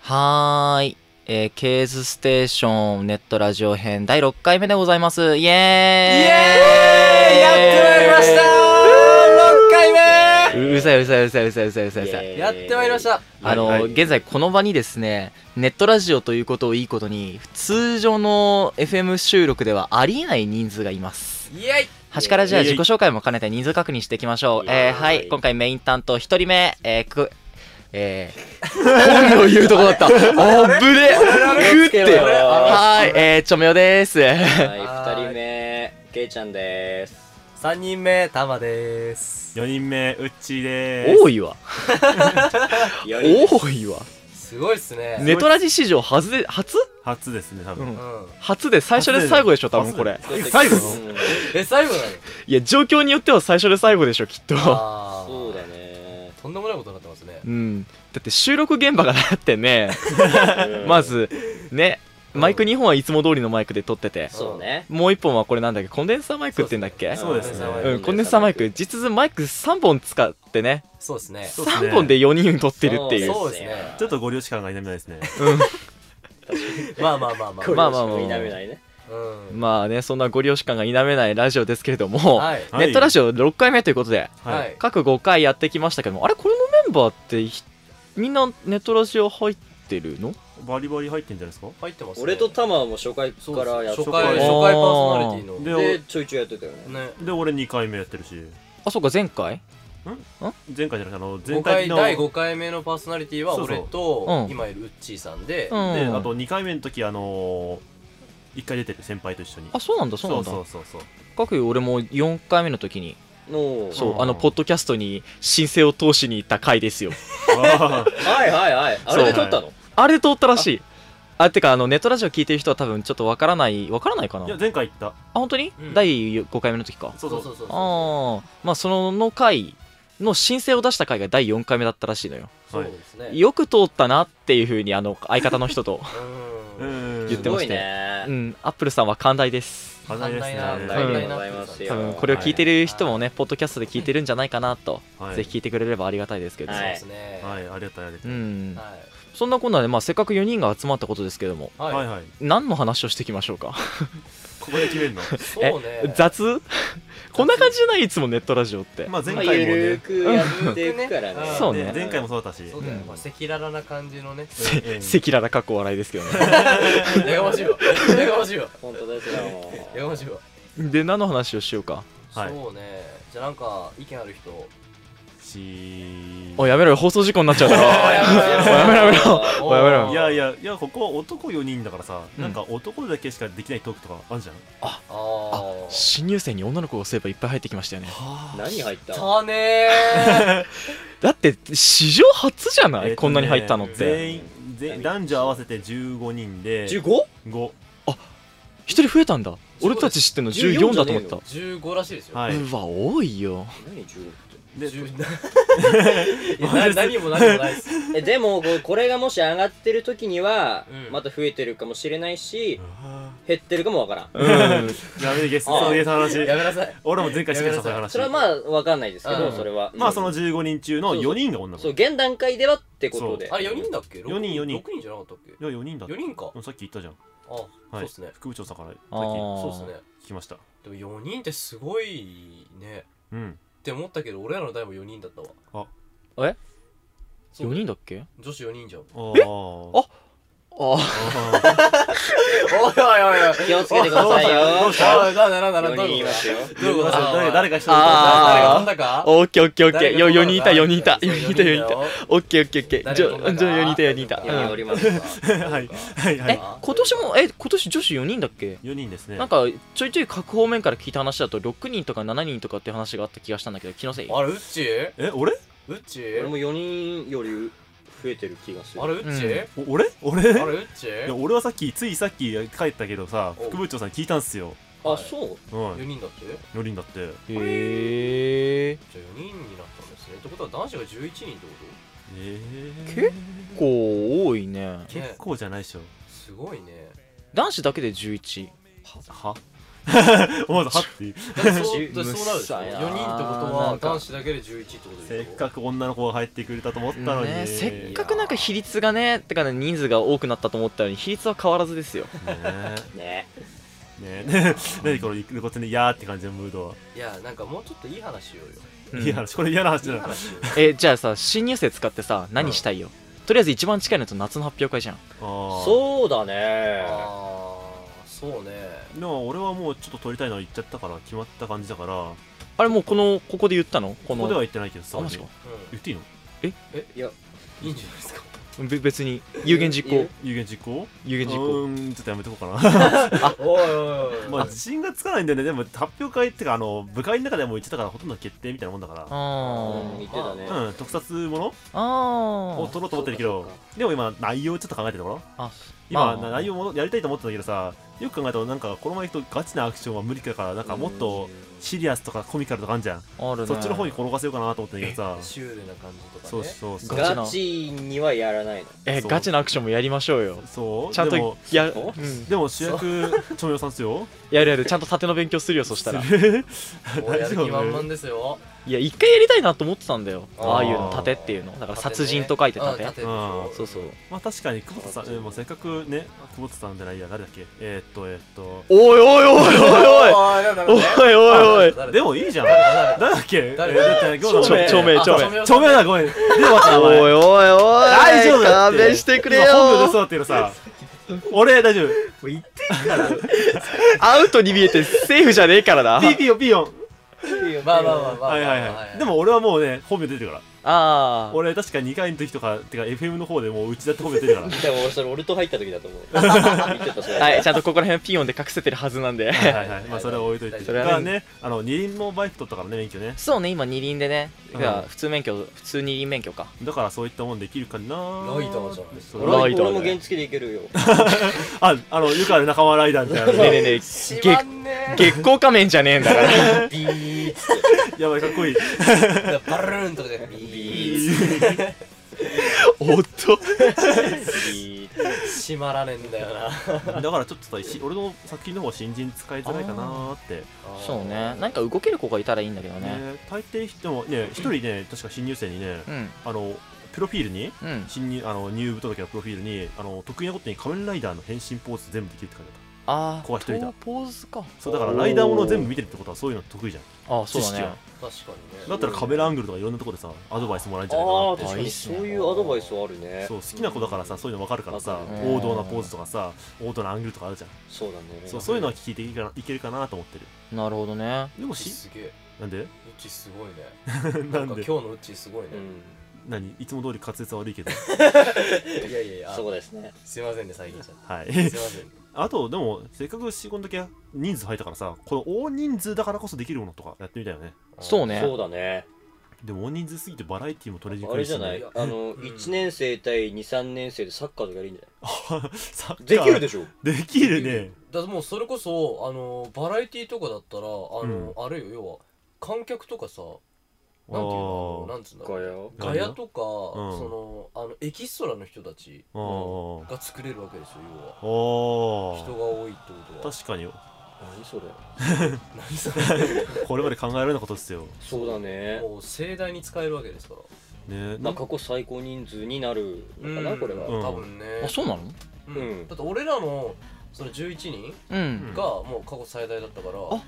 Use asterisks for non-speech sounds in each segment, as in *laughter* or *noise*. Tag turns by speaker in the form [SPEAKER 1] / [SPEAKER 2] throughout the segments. [SPEAKER 1] はーい。えー、ケーズステーションネットラジオ編第6回目でございます。イエーイイ
[SPEAKER 2] イエーイやってまいりました6回目
[SPEAKER 1] ううるさいうるさいうるさいうるさいうるさいうるさいうるさい。
[SPEAKER 2] やってまいりました
[SPEAKER 1] あの、
[SPEAKER 2] はい
[SPEAKER 1] 現在この場にですね、ネットラジオということをいいことに、通常の FM 収録ではありえない人数がいます。
[SPEAKER 2] イエイ
[SPEAKER 1] 端からじゃあ自己紹介も兼ねて人数確認していきましょう。
[SPEAKER 3] イエーイ
[SPEAKER 1] えー、はい、今回メイン担当一人目、えー、く、え *laughs* ー、本名言うとこだ *laughs* った。あぶねふって。
[SPEAKER 3] あれ
[SPEAKER 1] はーい、えー、ちょめよです。
[SPEAKER 3] はい、
[SPEAKER 2] はーい
[SPEAKER 3] 二人目、けいちゃんです。
[SPEAKER 2] 3人目たまでーす
[SPEAKER 4] 4人目うっちーでーす
[SPEAKER 1] *laughs* 多いわ。
[SPEAKER 3] より
[SPEAKER 1] 多いわ。
[SPEAKER 2] すごいっすね
[SPEAKER 1] ネトラジ史上初で、初
[SPEAKER 4] 初ですね多
[SPEAKER 1] う
[SPEAKER 4] 分、
[SPEAKER 1] ん
[SPEAKER 2] う。ん
[SPEAKER 1] 初で最初で最後でしょ、多分これ。
[SPEAKER 4] 初でえ最後の
[SPEAKER 3] うん
[SPEAKER 2] え最後なの
[SPEAKER 1] いや、状況によっては最初で最後でしょ、きっと。
[SPEAKER 2] あー
[SPEAKER 3] そうだね。
[SPEAKER 2] とんでもないことになってますね
[SPEAKER 1] うん。だって収録現場がだって *laughs* ね、
[SPEAKER 3] うん
[SPEAKER 1] ま、ず、ね、マイク2本はいつも通りのマイクで撮ってて、
[SPEAKER 3] そうね。
[SPEAKER 1] もう1本はこれなんだっけ、コンデンサーマイクって言うんだっけ
[SPEAKER 4] そうですね
[SPEAKER 1] うん、コンデンサーマイク、実質マイク3本使ってね、
[SPEAKER 2] そうですね
[SPEAKER 4] そうですね
[SPEAKER 1] 3本で4人撮ってるっていう。
[SPEAKER 2] そうですね
[SPEAKER 4] ちょっとご了承感が否めないですね
[SPEAKER 2] まあまあまあまあ
[SPEAKER 1] ま
[SPEAKER 3] ま
[SPEAKER 1] あま
[SPEAKER 3] あま
[SPEAKER 1] あま
[SPEAKER 3] あま
[SPEAKER 1] あ
[SPEAKER 3] あ。否めないね。
[SPEAKER 2] うん
[SPEAKER 1] まあね、そんなご利用し感が否めないラジオですけれども、
[SPEAKER 2] はい
[SPEAKER 4] はい
[SPEAKER 1] ネットラジオ6回目ということで、
[SPEAKER 2] は
[SPEAKER 4] はいい
[SPEAKER 1] 各5回やってきましたけども、あれ、これのメンバーってひ、みんなネットラジオ入ってるの
[SPEAKER 4] バリバリ入ってんじゃないですか
[SPEAKER 2] 入ってますね
[SPEAKER 3] 俺とタマはもう初回
[SPEAKER 2] そ
[SPEAKER 3] か
[SPEAKER 2] う
[SPEAKER 3] ら
[SPEAKER 2] で
[SPEAKER 3] やっ
[SPEAKER 2] す初
[SPEAKER 3] てて
[SPEAKER 2] 回
[SPEAKER 1] あ
[SPEAKER 2] 初
[SPEAKER 1] ー
[SPEAKER 2] 回パーソナリティの
[SPEAKER 4] で
[SPEAKER 3] で、ちょいちょいやってたよね。
[SPEAKER 2] ね
[SPEAKER 4] で俺2回目やってるし
[SPEAKER 1] あ、そうか、前回
[SPEAKER 4] 前回じゃなくてあの
[SPEAKER 2] 5
[SPEAKER 4] 全体
[SPEAKER 2] 回
[SPEAKER 4] の
[SPEAKER 2] 第5回目のパーソナリティは俺
[SPEAKER 1] そうそう
[SPEAKER 2] と
[SPEAKER 1] うん
[SPEAKER 2] 今いるウッチーさんで
[SPEAKER 1] うん。
[SPEAKER 4] であと2回目の時あのー、1回出てる先輩と一緒に
[SPEAKER 1] あ、そうなんだ、そうなんだ。
[SPEAKER 4] そうそうそう
[SPEAKER 1] 各俺も4回目の時に、
[SPEAKER 3] の、
[SPEAKER 1] そう、
[SPEAKER 4] うん
[SPEAKER 1] あの、ポッドキャストに申請を通しに行った回ですよ。 *laughs*
[SPEAKER 4] あー
[SPEAKER 3] はいはいはい。あれで撮ったの
[SPEAKER 1] あれで通ったらしい。あ、てか、あの、ネットラジオ聞いてる人は多分ちょっとわからない、わからないかない
[SPEAKER 4] や
[SPEAKER 1] あ、
[SPEAKER 4] 前回行った
[SPEAKER 1] 本当に、
[SPEAKER 2] うん
[SPEAKER 1] 第5回目の時か。
[SPEAKER 4] そうそう
[SPEAKER 2] そうそう
[SPEAKER 1] ああまあその回の申請を出した回が第4回目だったらしいのよ
[SPEAKER 2] そう
[SPEAKER 4] はい
[SPEAKER 2] ですね
[SPEAKER 1] よく通ったなっていうふうにあの相方の人と
[SPEAKER 2] う
[SPEAKER 4] うんーん
[SPEAKER 1] 言っ
[SPEAKER 3] す
[SPEAKER 1] てま
[SPEAKER 3] ご
[SPEAKER 1] し
[SPEAKER 3] い
[SPEAKER 1] たう
[SPEAKER 3] ね。
[SPEAKER 1] んアップルさんは寛大です
[SPEAKER 4] 課題ですね
[SPEAKER 2] 寛大
[SPEAKER 3] 寛大
[SPEAKER 1] な
[SPEAKER 3] でございますよ。
[SPEAKER 1] 多分これを聞いて
[SPEAKER 3] る。
[SPEAKER 1] る人もねポッドキャストで聞いてるんじゃないかなと、
[SPEAKER 4] はい
[SPEAKER 1] ぜひ聞いてくれればありがたいですけど、
[SPEAKER 2] そう
[SPEAKER 3] はい
[SPEAKER 2] ですね
[SPEAKER 4] はいいありがたいあり
[SPEAKER 1] う
[SPEAKER 4] がたい、
[SPEAKER 1] ん
[SPEAKER 2] は
[SPEAKER 1] そんなこんなで、まあ、せっかく4人が集まったことですけども
[SPEAKER 2] い
[SPEAKER 4] はい
[SPEAKER 2] い
[SPEAKER 4] はい
[SPEAKER 1] 何の話をしていきましょうか
[SPEAKER 4] ここで決め
[SPEAKER 1] *laughs*
[SPEAKER 4] るの
[SPEAKER 2] そうね
[SPEAKER 1] 雑 *laughs* こんな感じじゃないいつもネットラジオって、
[SPEAKER 4] まあ前
[SPEAKER 3] まあ、
[SPEAKER 4] 回もね,
[SPEAKER 3] ゆ
[SPEAKER 4] ね、
[SPEAKER 3] るくやっていくからね
[SPEAKER 2] うん。
[SPEAKER 1] そうね
[SPEAKER 4] 前回もそうだったし
[SPEAKER 2] そうだよねまあ赤裸々な感じのね
[SPEAKER 1] せ
[SPEAKER 4] う
[SPEAKER 1] 赤
[SPEAKER 4] ん
[SPEAKER 1] 裸々かっこ笑いですけどね
[SPEAKER 2] やがましい
[SPEAKER 4] *laughs*
[SPEAKER 2] わやがましいわ
[SPEAKER 3] 本当ですよ。
[SPEAKER 2] やがましいわ
[SPEAKER 1] *laughs* で何の話をしようか
[SPEAKER 4] はい
[SPEAKER 2] そうねじゃあなんか意見ある人
[SPEAKER 4] しー
[SPEAKER 1] おいやめろよ放送事故になっちゃうだろ
[SPEAKER 3] *laughs*
[SPEAKER 1] やめろやめろ
[SPEAKER 2] お
[SPEAKER 1] おいやめろよ
[SPEAKER 2] ー
[SPEAKER 4] いやいやいやここは男4人だからさ、
[SPEAKER 1] うん
[SPEAKER 4] なんか男だけしかできないトークとかあるじゃん
[SPEAKER 2] あー
[SPEAKER 1] 新入生に女の子がそういえばいっぱい入ってきましたよね
[SPEAKER 3] 何入った
[SPEAKER 2] たねー
[SPEAKER 1] だって史上初じゃない、
[SPEAKER 4] えーとね
[SPEAKER 1] こんなに入ったのって
[SPEAKER 4] 全員全男女合わせて15人で
[SPEAKER 3] ?15?
[SPEAKER 4] 5
[SPEAKER 1] 一人増えたんだ俺たち知ってんの14だと思ってた、
[SPEAKER 2] 15らしいですよ
[SPEAKER 4] はいう
[SPEAKER 1] わ多いよ
[SPEAKER 3] 何15って。
[SPEAKER 4] で *laughs*
[SPEAKER 2] 10いやな何も何もないです
[SPEAKER 3] えでもこうこれがもし上がってる時には、
[SPEAKER 2] うん
[SPEAKER 3] また増えてるかもしれないし
[SPEAKER 4] あ
[SPEAKER 3] 減ってるかもわからん
[SPEAKER 1] うん *laughs*
[SPEAKER 4] ーダメでゲス
[SPEAKER 3] あ
[SPEAKER 4] ト
[SPEAKER 3] ー
[SPEAKER 4] そのゲストの
[SPEAKER 2] やめ
[SPEAKER 4] 話
[SPEAKER 2] なさい
[SPEAKER 4] 俺も前回してくれたその話
[SPEAKER 3] それはまあわかんないですけど、
[SPEAKER 2] うん
[SPEAKER 3] それは
[SPEAKER 4] まあその
[SPEAKER 3] うん
[SPEAKER 4] 15人中の4人が女の
[SPEAKER 3] そう
[SPEAKER 4] 子
[SPEAKER 3] 現段階ではってことで
[SPEAKER 2] あれ4人だっけ六
[SPEAKER 4] 四人四人
[SPEAKER 2] 6人じゃなかったっけ
[SPEAKER 4] いや4人だって
[SPEAKER 2] 4人か
[SPEAKER 4] うんさっき言ったじゃん
[SPEAKER 2] あそうっすね
[SPEAKER 4] 副部長さんからさっき
[SPEAKER 1] あー
[SPEAKER 2] そうっすね
[SPEAKER 4] 聞きました
[SPEAKER 2] でも4人ってすごいね
[SPEAKER 4] うん
[SPEAKER 2] って思ったけど俺らの代も4人だったわ
[SPEAKER 1] 4人だっけ
[SPEAKER 2] 女子4人じゃん
[SPEAKER 4] あ
[SPEAKER 1] あ
[SPEAKER 4] ー
[SPEAKER 1] あ
[SPEAKER 4] あ
[SPEAKER 2] おいおいおい *laughs* おい
[SPEAKER 3] 気をつけてくださいよ
[SPEAKER 4] どうした
[SPEAKER 2] あなんだなんだなんだ
[SPEAKER 3] 4人言いますよ
[SPEAKER 2] どういうことだ
[SPEAKER 4] *laughs* 誰誰か一人
[SPEAKER 2] 誰が
[SPEAKER 1] あー
[SPEAKER 2] 飛んだか
[SPEAKER 1] オッケーオッケーオッケーよ4人いた4人いた
[SPEAKER 2] そう
[SPEAKER 1] 4人いた4人い
[SPEAKER 2] よ
[SPEAKER 1] たオッケーオッケーオッケー
[SPEAKER 2] 誰
[SPEAKER 1] じゃ
[SPEAKER 2] が飛んだか
[SPEAKER 1] じゃあ4人いた4人いた、
[SPEAKER 3] いや
[SPEAKER 1] うん
[SPEAKER 3] おりますわ
[SPEAKER 4] はいはいは
[SPEAKER 1] え
[SPEAKER 4] い
[SPEAKER 1] 今年もえ今年女子4人だっけ
[SPEAKER 4] 4人ですね
[SPEAKER 1] なんかちょいちょい各方面から聞いた話だと6人とか7人とかって話があった気がしたんだけど気のせい
[SPEAKER 2] あれウッチー
[SPEAKER 4] え俺
[SPEAKER 2] ウッチ
[SPEAKER 3] 俺
[SPEAKER 2] ー
[SPEAKER 3] も4人より増えてる気がする
[SPEAKER 2] あれウッチー
[SPEAKER 4] お俺俺
[SPEAKER 2] あれウッチ
[SPEAKER 4] いや
[SPEAKER 2] ー
[SPEAKER 4] 俺はさっきついさっき帰ったけどさ
[SPEAKER 2] お
[SPEAKER 4] 副部長さんに聞いたんすよ
[SPEAKER 3] あそう
[SPEAKER 4] うん
[SPEAKER 2] 4人だって
[SPEAKER 4] 4人だって
[SPEAKER 1] へえ
[SPEAKER 2] じゃあ4人になったんですねってことは男子が11人ってこ
[SPEAKER 4] えー
[SPEAKER 1] 結結構多いね
[SPEAKER 2] 構
[SPEAKER 4] 結構じゃないでしょ
[SPEAKER 2] とすごいね
[SPEAKER 1] 男子だけで11
[SPEAKER 4] は思わずはっていう
[SPEAKER 2] だってそうだってそうなるでしょ
[SPEAKER 1] むっさいな
[SPEAKER 2] 4人
[SPEAKER 1] な
[SPEAKER 2] ってこと
[SPEAKER 1] ん
[SPEAKER 2] は
[SPEAKER 1] か
[SPEAKER 2] 男子だけで11ってこと
[SPEAKER 4] せ
[SPEAKER 2] でしょ
[SPEAKER 4] っかく女の子が入ってくれたと思ったのに、
[SPEAKER 1] ね、せっかくなんか比率がねてかね人数が多くなったと思ったのに比率は変わらずですよ
[SPEAKER 4] ねね
[SPEAKER 3] ね
[SPEAKER 4] ね何この露骨に「いやー」って感じのムードは、
[SPEAKER 2] いやなんかもうちょっといい話しようよ
[SPEAKER 1] うん
[SPEAKER 4] いい話これ嫌な話じゃ
[SPEAKER 2] いい
[SPEAKER 4] ない
[SPEAKER 2] 話しよ
[SPEAKER 1] *laughs* えじゃあさ新入生使ってさ何したいよ、とりあえず一番近いのと夏の発表会じゃん
[SPEAKER 4] そ
[SPEAKER 3] そうだ
[SPEAKER 2] う
[SPEAKER 3] ね
[SPEAKER 2] よああそうね
[SPEAKER 4] うでも俺はもうちょっと撮りたいのは言っちゃったから決まった感じだからこ
[SPEAKER 1] あれもうこのここで言ったのこの
[SPEAKER 4] こでは言ってないけどさ
[SPEAKER 1] あマジか
[SPEAKER 2] う
[SPEAKER 4] 言っていいの
[SPEAKER 3] いや
[SPEAKER 2] んいいんじゃないですか
[SPEAKER 1] べ別に有言実行
[SPEAKER 4] 有言実行
[SPEAKER 1] 有言実
[SPEAKER 4] う
[SPEAKER 1] 行
[SPEAKER 4] ーんちょっとやめとこうかな
[SPEAKER 2] おいおいおい
[SPEAKER 4] まあ自信がつかないんだよねでも発表会っていうかあの部会の中でも言ってたからほとんど決定みたいなもんだか
[SPEAKER 3] うん
[SPEAKER 1] あ
[SPEAKER 3] 見てたね
[SPEAKER 4] らうん特撮もの
[SPEAKER 1] ああ
[SPEAKER 4] を
[SPEAKER 1] ー
[SPEAKER 4] 撮ろうと思ってるけど
[SPEAKER 3] そうか
[SPEAKER 4] でも今内容ちょっと考えてるところ
[SPEAKER 1] あま
[SPEAKER 4] 今
[SPEAKER 1] あ
[SPEAKER 4] 内容もやりたいと思ってたんだけどさよく考えたらなんかこのままいくとガチなアクションは無理だからなんかもっとシリアスとかコミカルとかあんじゃん
[SPEAKER 1] あるね
[SPEAKER 4] そっちの方に転がせようかなと思ったんだけどさ
[SPEAKER 2] シュールな感じとかね
[SPEAKER 4] そうそうそう
[SPEAKER 1] ガチな
[SPEAKER 3] ガチにはやらないの
[SPEAKER 1] え
[SPEAKER 4] そう
[SPEAKER 1] ガチなアクションもやりましょうよ
[SPEAKER 4] そう
[SPEAKER 1] ちゃん
[SPEAKER 4] で
[SPEAKER 1] と
[SPEAKER 4] も
[SPEAKER 1] や,、
[SPEAKER 3] そう
[SPEAKER 1] うん、
[SPEAKER 4] でも主役チョンヨさんっすよ
[SPEAKER 1] やるやるちゃんと縦の勉強するよそしたら
[SPEAKER 4] する
[SPEAKER 2] もうやる気満々ですよ
[SPEAKER 1] いや一回やりたいなと思ってたんだよ
[SPEAKER 2] あ
[SPEAKER 1] あ
[SPEAKER 2] ー
[SPEAKER 1] あいうの盾っていうのだから殺人と書いて盾
[SPEAKER 2] うん盾
[SPEAKER 4] うん
[SPEAKER 1] そうそう
[SPEAKER 4] まあ確かに久保田さんえーもうせっかくね久保田さんじゃないや誰だっけえー、っとえー、っと
[SPEAKER 1] おいおいおいおい
[SPEAKER 2] おいなんだ
[SPEAKER 1] おいおいおいおい
[SPEAKER 2] 誰だ
[SPEAKER 4] でもいいじゃん
[SPEAKER 2] 誰だ
[SPEAKER 4] 誰だっけ
[SPEAKER 2] 誰
[SPEAKER 4] えーだって久保田
[SPEAKER 1] ち
[SPEAKER 4] さ
[SPEAKER 1] ょ
[SPEAKER 4] ん
[SPEAKER 1] ちょめちょめ
[SPEAKER 2] あ
[SPEAKER 4] チョンヨだごめん出てもらった名前
[SPEAKER 1] おいおい
[SPEAKER 4] 大丈夫だって
[SPEAKER 1] 勘弁してくれ
[SPEAKER 4] 今本部
[SPEAKER 1] よ
[SPEAKER 4] 嘘だっていうのさ俺大丈夫
[SPEAKER 1] アウトに見えてセーフじゃねえからな
[SPEAKER 4] ピーピーヨンピーヨン
[SPEAKER 2] まあまあまあまあ
[SPEAKER 4] はいはいはいでも俺はもうね本名出てるから
[SPEAKER 1] ああ
[SPEAKER 4] 俺確か2回の時とかてか FM の方でもううちだって本名出てるから
[SPEAKER 3] でも俺それ俺と入った時だと思う *laughs* 見てたそれ
[SPEAKER 1] はいちゃんとここら辺ピヨンで隠せてるはずなんで
[SPEAKER 4] はいはいはい、まあそれは置いといて。
[SPEAKER 2] そ
[SPEAKER 4] そ
[SPEAKER 1] れ
[SPEAKER 4] れ
[SPEAKER 1] は
[SPEAKER 4] は
[SPEAKER 1] ね
[SPEAKER 4] ね、あの二輪もバイク取ったからね免許ね。
[SPEAKER 1] そうね今二輪でね
[SPEAKER 4] うん
[SPEAKER 1] いや普通免許普通二輪免許か
[SPEAKER 4] だからそういったもんできるかな。
[SPEAKER 2] ライダーじゃない
[SPEAKER 4] そう
[SPEAKER 3] 俺も
[SPEAKER 1] ライダーだね
[SPEAKER 3] 俺も原付でいけるよ
[SPEAKER 4] あ、あのよくある仲間ライダーみたいな
[SPEAKER 1] ねえねえ
[SPEAKER 4] ね。
[SPEAKER 1] ねえ
[SPEAKER 2] し
[SPEAKER 1] げ
[SPEAKER 2] まんね
[SPEAKER 1] 月光仮面じゃねえんだから
[SPEAKER 2] ービーッ
[SPEAKER 4] やばいかっこいい。
[SPEAKER 2] て *laughs* バルーンとかでビーッ
[SPEAKER 1] *laughs* おっと
[SPEAKER 2] て閉まらねえんだよな
[SPEAKER 4] だからちょっとさ、し俺の作品の方新人使いづらいかなーって。
[SPEAKER 1] そうねなんか動ける子がいたらいいんだけどね
[SPEAKER 4] ね、大抵人もね、一人ね、確か新入生にね、
[SPEAKER 1] うん
[SPEAKER 4] あのプロフィールに。
[SPEAKER 1] うん
[SPEAKER 4] 新入あの入部届のプロフィールにあの得意なことに仮面ライダーの変身ポーズ全部できるって書いてあっ
[SPEAKER 1] ああ
[SPEAKER 4] 子が一人いた
[SPEAKER 1] ポーズか
[SPEAKER 4] たそうだからライダーもの全部見てるってことはそういうの得意じゃん
[SPEAKER 1] ああそうだ
[SPEAKER 4] 知識
[SPEAKER 1] ね
[SPEAKER 4] は
[SPEAKER 2] 確かにね
[SPEAKER 4] だったらカメラアングルとかいろんなところでさアドバイスもらえるんじゃないか
[SPEAKER 3] あ
[SPEAKER 4] な
[SPEAKER 3] あ
[SPEAKER 4] って
[SPEAKER 3] 確か
[SPEAKER 1] いい
[SPEAKER 3] に
[SPEAKER 1] っす
[SPEAKER 3] そう
[SPEAKER 1] ね
[SPEAKER 3] いうアドバイスはあるね
[SPEAKER 4] そう好きな子だからさそういうの分かるからさ
[SPEAKER 3] わか
[SPEAKER 1] る
[SPEAKER 4] 王道なポーズとかさ王道なアングルとかあるじゃん
[SPEAKER 3] そうだね
[SPEAKER 4] そうそういうのは聞いていけるかないけるかなと思ってる
[SPEAKER 1] なるほどね
[SPEAKER 4] でも
[SPEAKER 2] うち
[SPEAKER 4] し
[SPEAKER 2] すげえ
[SPEAKER 4] なんで
[SPEAKER 2] うちすごいね
[SPEAKER 4] な
[SPEAKER 2] なん
[SPEAKER 4] ん
[SPEAKER 2] か
[SPEAKER 4] で
[SPEAKER 2] 今日のうちすごいね
[SPEAKER 3] うん
[SPEAKER 4] 何いつも通り滑舌は悪いけど
[SPEAKER 2] いやいやいやあ
[SPEAKER 3] そうですね
[SPEAKER 2] すいませんね最近ちゃっ
[SPEAKER 4] は
[SPEAKER 2] て
[SPEAKER 4] い
[SPEAKER 2] すいません
[SPEAKER 4] あとでもせっかく仕事だけ人数入ったからさこの大人数だからこそできるものとかやってみたいよね
[SPEAKER 1] そうね
[SPEAKER 3] そうだね
[SPEAKER 4] でも大人数すぎてバラエティも取りに
[SPEAKER 3] あ
[SPEAKER 4] く
[SPEAKER 3] れ
[SPEAKER 4] いし
[SPEAKER 3] じゃない
[SPEAKER 4] ね
[SPEAKER 3] あの
[SPEAKER 2] うん
[SPEAKER 3] 1年生対23年生でサッカーとかやるんじゃな
[SPEAKER 4] サッカー
[SPEAKER 3] いできるでしょ
[SPEAKER 4] できるね
[SPEAKER 2] だってもうそれこそあのバラエティーとかだったらあの、あれよ要は観客とかさなんていうのあの
[SPEAKER 4] あ
[SPEAKER 2] なんつうんだろうね
[SPEAKER 4] ガヤ
[SPEAKER 2] ガヤとか、
[SPEAKER 4] ん
[SPEAKER 2] そのあのエキストラの人たち
[SPEAKER 4] ああ
[SPEAKER 2] が作れるわけですよ要は
[SPEAKER 4] あー
[SPEAKER 2] 人が多いってことは
[SPEAKER 4] 確かに
[SPEAKER 3] 何それ
[SPEAKER 2] 何そ *laughs* れ
[SPEAKER 4] これまで考えられなことですよ
[SPEAKER 3] そうだね
[SPEAKER 2] もう盛大に使えるわけですから
[SPEAKER 4] ね
[SPEAKER 3] まあ過去最高人数になるのかなこれは
[SPEAKER 4] うん
[SPEAKER 2] 多分ね
[SPEAKER 1] あそうなの
[SPEAKER 2] う
[SPEAKER 3] うん
[SPEAKER 2] んだって俺らのその11人
[SPEAKER 1] うん
[SPEAKER 2] がもう過去最大だったから、
[SPEAKER 1] あ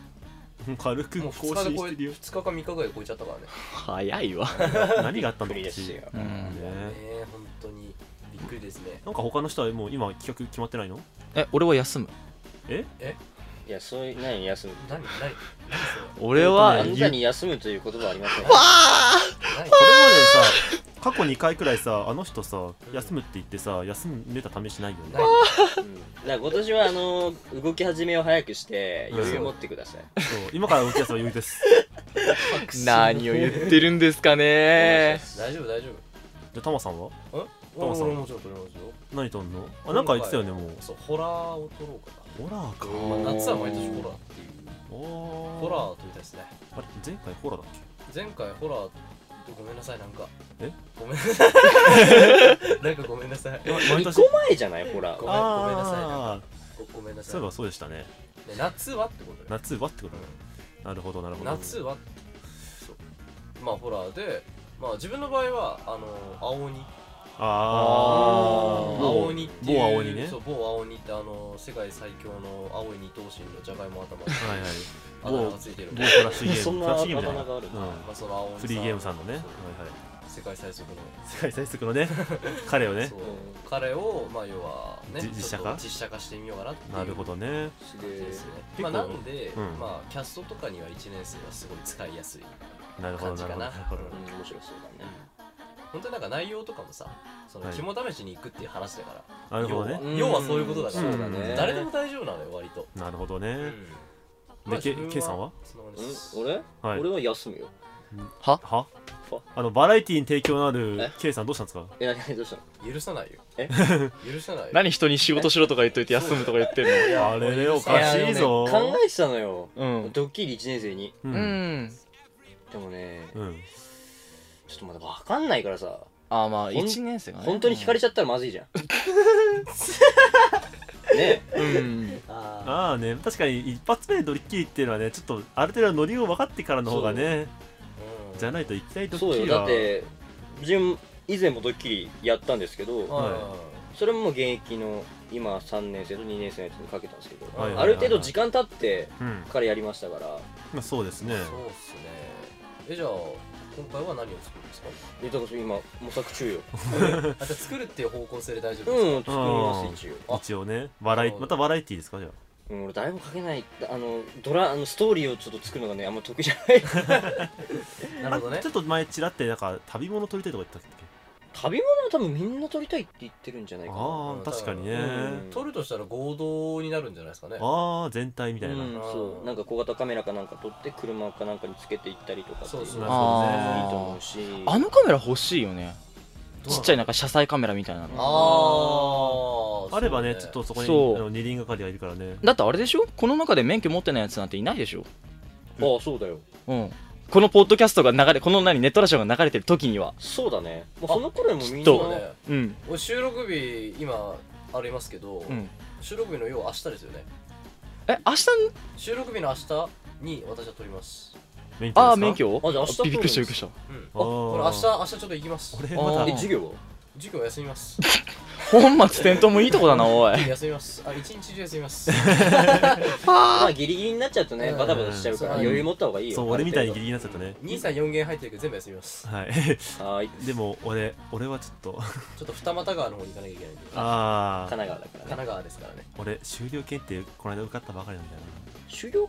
[SPEAKER 4] 軽く
[SPEAKER 2] もう
[SPEAKER 4] 更
[SPEAKER 2] 2
[SPEAKER 4] 新
[SPEAKER 2] 日で
[SPEAKER 4] し
[SPEAKER 2] 超え
[SPEAKER 4] てるよ
[SPEAKER 2] 2日か3日ぐらいで超えちゃったからね
[SPEAKER 1] 早いわ
[SPEAKER 4] *laughs* 何があったんだろ
[SPEAKER 3] 無理で
[SPEAKER 4] う
[SPEAKER 3] す
[SPEAKER 4] し
[SPEAKER 3] よ
[SPEAKER 1] う
[SPEAKER 4] ね
[SPEAKER 1] ん
[SPEAKER 2] ねえ本当にびっくりですね
[SPEAKER 4] なんか他の人はもう今企画決まっ
[SPEAKER 2] *laughs*
[SPEAKER 4] てないの
[SPEAKER 1] え俺は休む
[SPEAKER 4] え
[SPEAKER 3] いやそういう何休む
[SPEAKER 2] 何何何それ
[SPEAKER 1] 俺
[SPEAKER 4] え
[SPEAKER 1] は
[SPEAKER 4] っ
[SPEAKER 3] あ
[SPEAKER 4] と
[SPEAKER 3] ん
[SPEAKER 4] ね
[SPEAKER 3] たに休むという言葉はありません
[SPEAKER 2] 何
[SPEAKER 4] これまでさ過去2回くらいさあの人さ休むって言ってさ休んでた試しないよね
[SPEAKER 2] ない
[SPEAKER 3] うんだから今年はあの動き始めを早くして余裕持ってください
[SPEAKER 4] そう今から動き出せば余裕です
[SPEAKER 1] 何を言ってるんですか *laughs* ね
[SPEAKER 2] 大丈夫大丈
[SPEAKER 4] でタマさんは
[SPEAKER 2] 夫ん
[SPEAKER 4] トモさん
[SPEAKER 2] 俺もちろん撮りますよ
[SPEAKER 4] 何とんのあなんか言ってたよねもう
[SPEAKER 2] そうホラーを撮ろうか
[SPEAKER 4] ホラーか
[SPEAKER 2] な、まあ、夏は毎年ホラーっていう
[SPEAKER 4] お
[SPEAKER 2] ホラーを撮りたいですね
[SPEAKER 4] ーあれ前回ホラーだっ
[SPEAKER 2] 前回ホラーごめんなさいなんか
[SPEAKER 4] え
[SPEAKER 2] ごめんなさい
[SPEAKER 4] *laughs*
[SPEAKER 2] なんかごめんなさい
[SPEAKER 4] け
[SPEAKER 2] ご
[SPEAKER 4] 毎
[SPEAKER 3] 2
[SPEAKER 4] 年
[SPEAKER 3] 個前じゃないほら
[SPEAKER 2] ごめんなさい
[SPEAKER 4] あー
[SPEAKER 2] ごめんなさい
[SPEAKER 4] そういえばそうでしたね
[SPEAKER 2] うで夏はってことだよ
[SPEAKER 4] 夏はってことだねなるほどなるほど
[SPEAKER 2] 夏はそうまあホラーでまあ自分の場合はあの青鬼
[SPEAKER 1] あー
[SPEAKER 4] あー
[SPEAKER 2] 青鬼っていう
[SPEAKER 4] 某青鬼ね
[SPEAKER 2] そう某青鬼ってあの世界最強の青い二頭身のじゃがいも頭に *laughs*
[SPEAKER 4] はいは
[SPEAKER 2] 頭
[SPEAKER 4] い
[SPEAKER 2] がついてる
[SPEAKER 4] *laughs* 某フラッシュゲーム
[SPEAKER 3] そんな
[SPEAKER 4] フラッシュゲームじゃない
[SPEAKER 3] あだ名があるん
[SPEAKER 2] *laughs*
[SPEAKER 3] だ
[SPEAKER 2] まあその青鬼
[SPEAKER 4] うん、フリーゲームさんのね、はい
[SPEAKER 2] そう
[SPEAKER 4] は
[SPEAKER 2] 世界最速の
[SPEAKER 4] い、世界最速
[SPEAKER 2] *laughs*
[SPEAKER 4] のね彼をね
[SPEAKER 2] そう
[SPEAKER 3] うん
[SPEAKER 2] 彼をまあ要はね
[SPEAKER 4] じ実写化
[SPEAKER 2] ちょっと実写化してみようかなっていう
[SPEAKER 4] なるほどね
[SPEAKER 3] す
[SPEAKER 2] 感
[SPEAKER 3] げ
[SPEAKER 2] じ
[SPEAKER 3] え
[SPEAKER 2] ですね
[SPEAKER 4] 結
[SPEAKER 2] ま
[SPEAKER 4] 構
[SPEAKER 2] あなんで、
[SPEAKER 4] うん
[SPEAKER 2] まあキャストとかには1年生はすごい使いやすい
[SPEAKER 4] なるほど
[SPEAKER 2] 感じ
[SPEAKER 4] な
[SPEAKER 2] か
[SPEAKER 4] る
[SPEAKER 2] な
[SPEAKER 4] ほどなるほど
[SPEAKER 3] うん面白そうだね
[SPEAKER 2] 本当になんか内容とかもさその
[SPEAKER 4] はい
[SPEAKER 2] 肝試しに行くっていう話だから、
[SPEAKER 4] なるほどね
[SPEAKER 2] 要は要はそういうことだから
[SPEAKER 3] そうだね
[SPEAKER 2] 誰でも大丈夫なのよ割と、
[SPEAKER 4] なるほど
[SPEAKER 2] う
[SPEAKER 4] ね
[SPEAKER 2] ん
[SPEAKER 4] でけケイさんは
[SPEAKER 2] その
[SPEAKER 3] う
[SPEAKER 2] 話
[SPEAKER 3] ん俺
[SPEAKER 4] はい
[SPEAKER 3] 俺は休むよ
[SPEAKER 1] は
[SPEAKER 4] は
[SPEAKER 3] は
[SPEAKER 4] あのバラエティに提供のある
[SPEAKER 3] え
[SPEAKER 4] ケイさんどうしたんですか
[SPEAKER 3] え何何どうしたの
[SPEAKER 2] 許さないよ
[SPEAKER 3] え
[SPEAKER 2] *laughs* 許さないよ
[SPEAKER 1] 何人に仕事しろとか言っといて休むとか言ってん
[SPEAKER 4] あれれお
[SPEAKER 2] いや
[SPEAKER 4] かしいぞ
[SPEAKER 3] いやでもね考えてたのよ
[SPEAKER 1] の
[SPEAKER 3] ドッキリ1年生に
[SPEAKER 4] う
[SPEAKER 1] うん
[SPEAKER 4] ん
[SPEAKER 3] でもね
[SPEAKER 4] うん
[SPEAKER 3] ちょっとまだ分かんないからさ
[SPEAKER 1] ああまあ
[SPEAKER 3] ほん
[SPEAKER 1] 1年生がね
[SPEAKER 3] 本当に引かれ
[SPEAKER 1] ち
[SPEAKER 3] ちゃったらまず
[SPEAKER 2] *laughs*
[SPEAKER 3] いじゃんねえ
[SPEAKER 1] ゃうん
[SPEAKER 2] あ
[SPEAKER 4] ああね確かに一発目でドリッキリっていうのはねちょっとある程度ノリを分かってからの方がね
[SPEAKER 2] ーうん
[SPEAKER 4] じゃないといきなりドッ
[SPEAKER 3] そ
[SPEAKER 4] キ
[SPEAKER 3] うよ
[SPEAKER 4] リ
[SPEAKER 3] だ
[SPEAKER 4] は
[SPEAKER 3] って自分以前もドッキリやったんですけど
[SPEAKER 2] は
[SPEAKER 3] それももう現役の今3年生と2年生のやつにかけたんですけど
[SPEAKER 2] はいはいはい
[SPEAKER 3] ある程度時間経って
[SPEAKER 4] うん
[SPEAKER 3] からやりましたから
[SPEAKER 4] まあそうですね
[SPEAKER 2] いそうっすねえじゃあ今回は何を作るんですか
[SPEAKER 3] えだからそれ今模索中よ
[SPEAKER 2] あじゃあ作るっていう方向性で大丈夫ですか、
[SPEAKER 3] うん作ります一応あ
[SPEAKER 4] 一応ね笑い
[SPEAKER 2] そう
[SPEAKER 4] またバラエティですかじゃ
[SPEAKER 3] うん俺誰も書けないあのドラあのストーリーをちょっと作るのがねあんま得意じゃない *laughs*
[SPEAKER 2] な
[SPEAKER 4] あ
[SPEAKER 2] るほど
[SPEAKER 4] あ
[SPEAKER 2] ね
[SPEAKER 4] ちょっと前ちらってなんか旅物撮りたいとか言ってたっけ
[SPEAKER 3] 旅物は多分みんな撮りたいって言ってるんじゃないかな
[SPEAKER 4] あ
[SPEAKER 2] うん
[SPEAKER 4] あ確かにね
[SPEAKER 3] うん
[SPEAKER 2] 撮るとしたら合同になるんじゃないですかね
[SPEAKER 4] ああ全体みたいな
[SPEAKER 3] うん、そうなんか小型カメラかなんか撮って車かなんかにつけていったりとかってい
[SPEAKER 2] そううそう
[SPEAKER 3] の
[SPEAKER 4] なる
[SPEAKER 3] も
[SPEAKER 4] ほどね
[SPEAKER 1] あー
[SPEAKER 3] いいと思うし
[SPEAKER 1] あのカメラ欲しいよね
[SPEAKER 2] どう
[SPEAKER 1] ちっちゃいなんか車載カメラみたいなの
[SPEAKER 3] あ
[SPEAKER 2] あー
[SPEAKER 4] あればねち
[SPEAKER 2] そ
[SPEAKER 4] ょっ
[SPEAKER 2] う
[SPEAKER 4] とそこにあ
[SPEAKER 1] そう
[SPEAKER 4] の二輪係がいるからね
[SPEAKER 1] だってあれでしょこの中で免許持ってないやつなんていないでしょ
[SPEAKER 3] ああそうだよ
[SPEAKER 1] うんこのポッドキャストが流れこの何ネットラジオが流れてる時には
[SPEAKER 3] そうだねもうその頃にもみんな
[SPEAKER 1] と
[SPEAKER 2] そうね
[SPEAKER 1] うん
[SPEAKER 2] 俺収録日今ありますけど、
[SPEAKER 1] うん
[SPEAKER 2] 収録日の要は明日ですよね
[SPEAKER 1] え明日
[SPEAKER 2] 収録日の明日に私は撮ります
[SPEAKER 4] 免許ですか
[SPEAKER 1] ああ免許を
[SPEAKER 3] あじゃあ明日
[SPEAKER 1] びびっくりしたびっくりした
[SPEAKER 2] うん
[SPEAKER 4] あー
[SPEAKER 2] 俺明日明日ちょっと行きます
[SPEAKER 4] 俺
[SPEAKER 1] あー
[SPEAKER 4] ま
[SPEAKER 3] え
[SPEAKER 4] だ
[SPEAKER 3] 授業は
[SPEAKER 2] 授業休みます
[SPEAKER 1] 本末転倒もいいとこだな
[SPEAKER 2] *laughs*
[SPEAKER 1] おい
[SPEAKER 2] 休みますあ一日中休みます
[SPEAKER 3] まあギリギリになっちゃうとね
[SPEAKER 2] うん
[SPEAKER 3] バタバタしちゃうから
[SPEAKER 2] うん
[SPEAKER 3] 余裕持った方がいいよ
[SPEAKER 4] そう俺みたいにギリギリになっちゃったね
[SPEAKER 2] 兄さん4弦入ってるけど全部休みます
[SPEAKER 4] はい *laughs*
[SPEAKER 3] はーい
[SPEAKER 4] でも俺俺はちょっと
[SPEAKER 2] ちょっと二俣川の方に行かなきゃいけないんで神
[SPEAKER 4] ああ
[SPEAKER 3] 神奈川だからね
[SPEAKER 2] 奈川ですからね
[SPEAKER 4] 俺修了検定この間受かったばかりなんだよな
[SPEAKER 3] 終了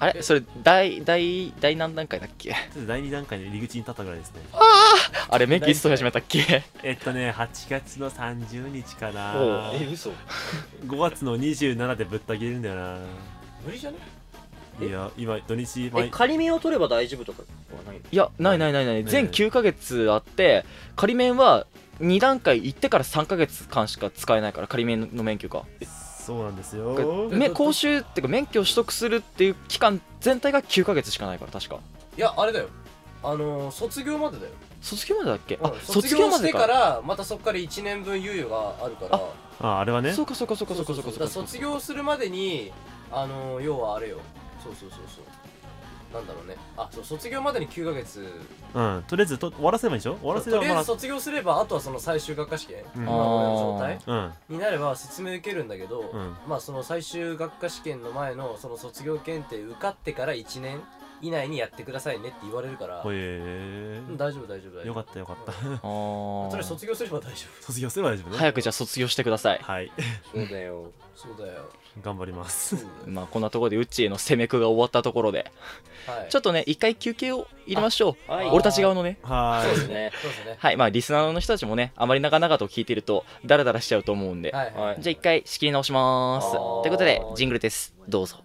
[SPEAKER 1] あれそれ第第第何段階だっけ
[SPEAKER 4] ちょっと第2段階で入り口に立ったぐらいですね
[SPEAKER 1] あれ免許いつ取り始めたっけ
[SPEAKER 4] えっとね8月の30日かな
[SPEAKER 1] おう
[SPEAKER 4] 5
[SPEAKER 3] 嘘
[SPEAKER 4] 月の27でぶった切れるんだよな
[SPEAKER 2] 無理じゃね
[SPEAKER 4] いや今土日
[SPEAKER 3] え
[SPEAKER 4] 毎
[SPEAKER 3] 仮面を取れば大丈夫とかはない
[SPEAKER 1] いやないないないない
[SPEAKER 4] ね
[SPEAKER 1] 全9ヶ月あって仮免は2段階行ってから3ヶ月間しか使えないから仮免の免許が
[SPEAKER 4] そうなんですよ
[SPEAKER 2] え
[SPEAKER 1] め
[SPEAKER 2] ど
[SPEAKER 1] 講習っていうか免許を取得するっていう期間全体が9ヶ月しかないから確か
[SPEAKER 2] いやあれだよあのー、卒業までだよ
[SPEAKER 1] 卒業までだっけあ
[SPEAKER 2] うん
[SPEAKER 1] 卒業ま
[SPEAKER 2] して
[SPEAKER 1] で
[SPEAKER 2] か
[SPEAKER 1] から
[SPEAKER 2] またそこから1年分猶予があるから
[SPEAKER 4] ああれはね
[SPEAKER 1] そうかそうかそうかそうかそうか
[SPEAKER 2] だ
[SPEAKER 1] そ
[SPEAKER 2] ら
[SPEAKER 1] うか
[SPEAKER 2] 卒業するまでにあの要はあれよそうそうそうそうなんだろうねあそう卒業までに9ヶ月
[SPEAKER 4] うんとりあえずと終わらせればいいでしょ終わらせれ
[SPEAKER 2] と
[SPEAKER 4] ば
[SPEAKER 2] りあえ
[SPEAKER 4] ま
[SPEAKER 2] ず卒業すればあとはその最終学科試験
[SPEAKER 4] うん
[SPEAKER 2] 今これの状態
[SPEAKER 4] あ
[SPEAKER 2] になれば説明受けるんだけど、
[SPEAKER 4] うん
[SPEAKER 2] まあその最終学科試験の前のその卒業検定受かってから1年以内にやってくださいねって言われるから、
[SPEAKER 4] うんほえ
[SPEAKER 2] うん大丈夫大丈夫大丈
[SPEAKER 4] ーよ
[SPEAKER 2] 夫
[SPEAKER 4] かったよかった *laughs*
[SPEAKER 2] うん
[SPEAKER 1] あ
[SPEAKER 2] とりあえず
[SPEAKER 1] ー
[SPEAKER 2] 卒業すれば大丈
[SPEAKER 4] 卒業すれば大丈夫ね
[SPEAKER 1] 早くじゃあ卒業してください
[SPEAKER 4] はい *laughs*
[SPEAKER 3] そうだよ
[SPEAKER 2] 夫そうだよ
[SPEAKER 4] 頑張りま
[SPEAKER 2] そう
[SPEAKER 3] *laughs*
[SPEAKER 4] す
[SPEAKER 2] だよ
[SPEAKER 1] まあこんなところでウッチーへの攻めくが終わったところで
[SPEAKER 2] はい
[SPEAKER 1] ちょっとね一回休憩を入れましょう
[SPEAKER 3] はい
[SPEAKER 2] あ
[SPEAKER 1] 俺たち側のね
[SPEAKER 4] は
[SPEAKER 3] そうで
[SPEAKER 4] ー
[SPEAKER 3] すね
[SPEAKER 2] そうですね
[SPEAKER 1] はいまあリスナーの人たちもねあまり長々と聞いてるとダラダラしちゃうと思うんで
[SPEAKER 2] はい
[SPEAKER 3] はい
[SPEAKER 1] じゃあ一回仕切り直します。
[SPEAKER 2] あー
[SPEAKER 1] ということで、ジングルです。どうぞ。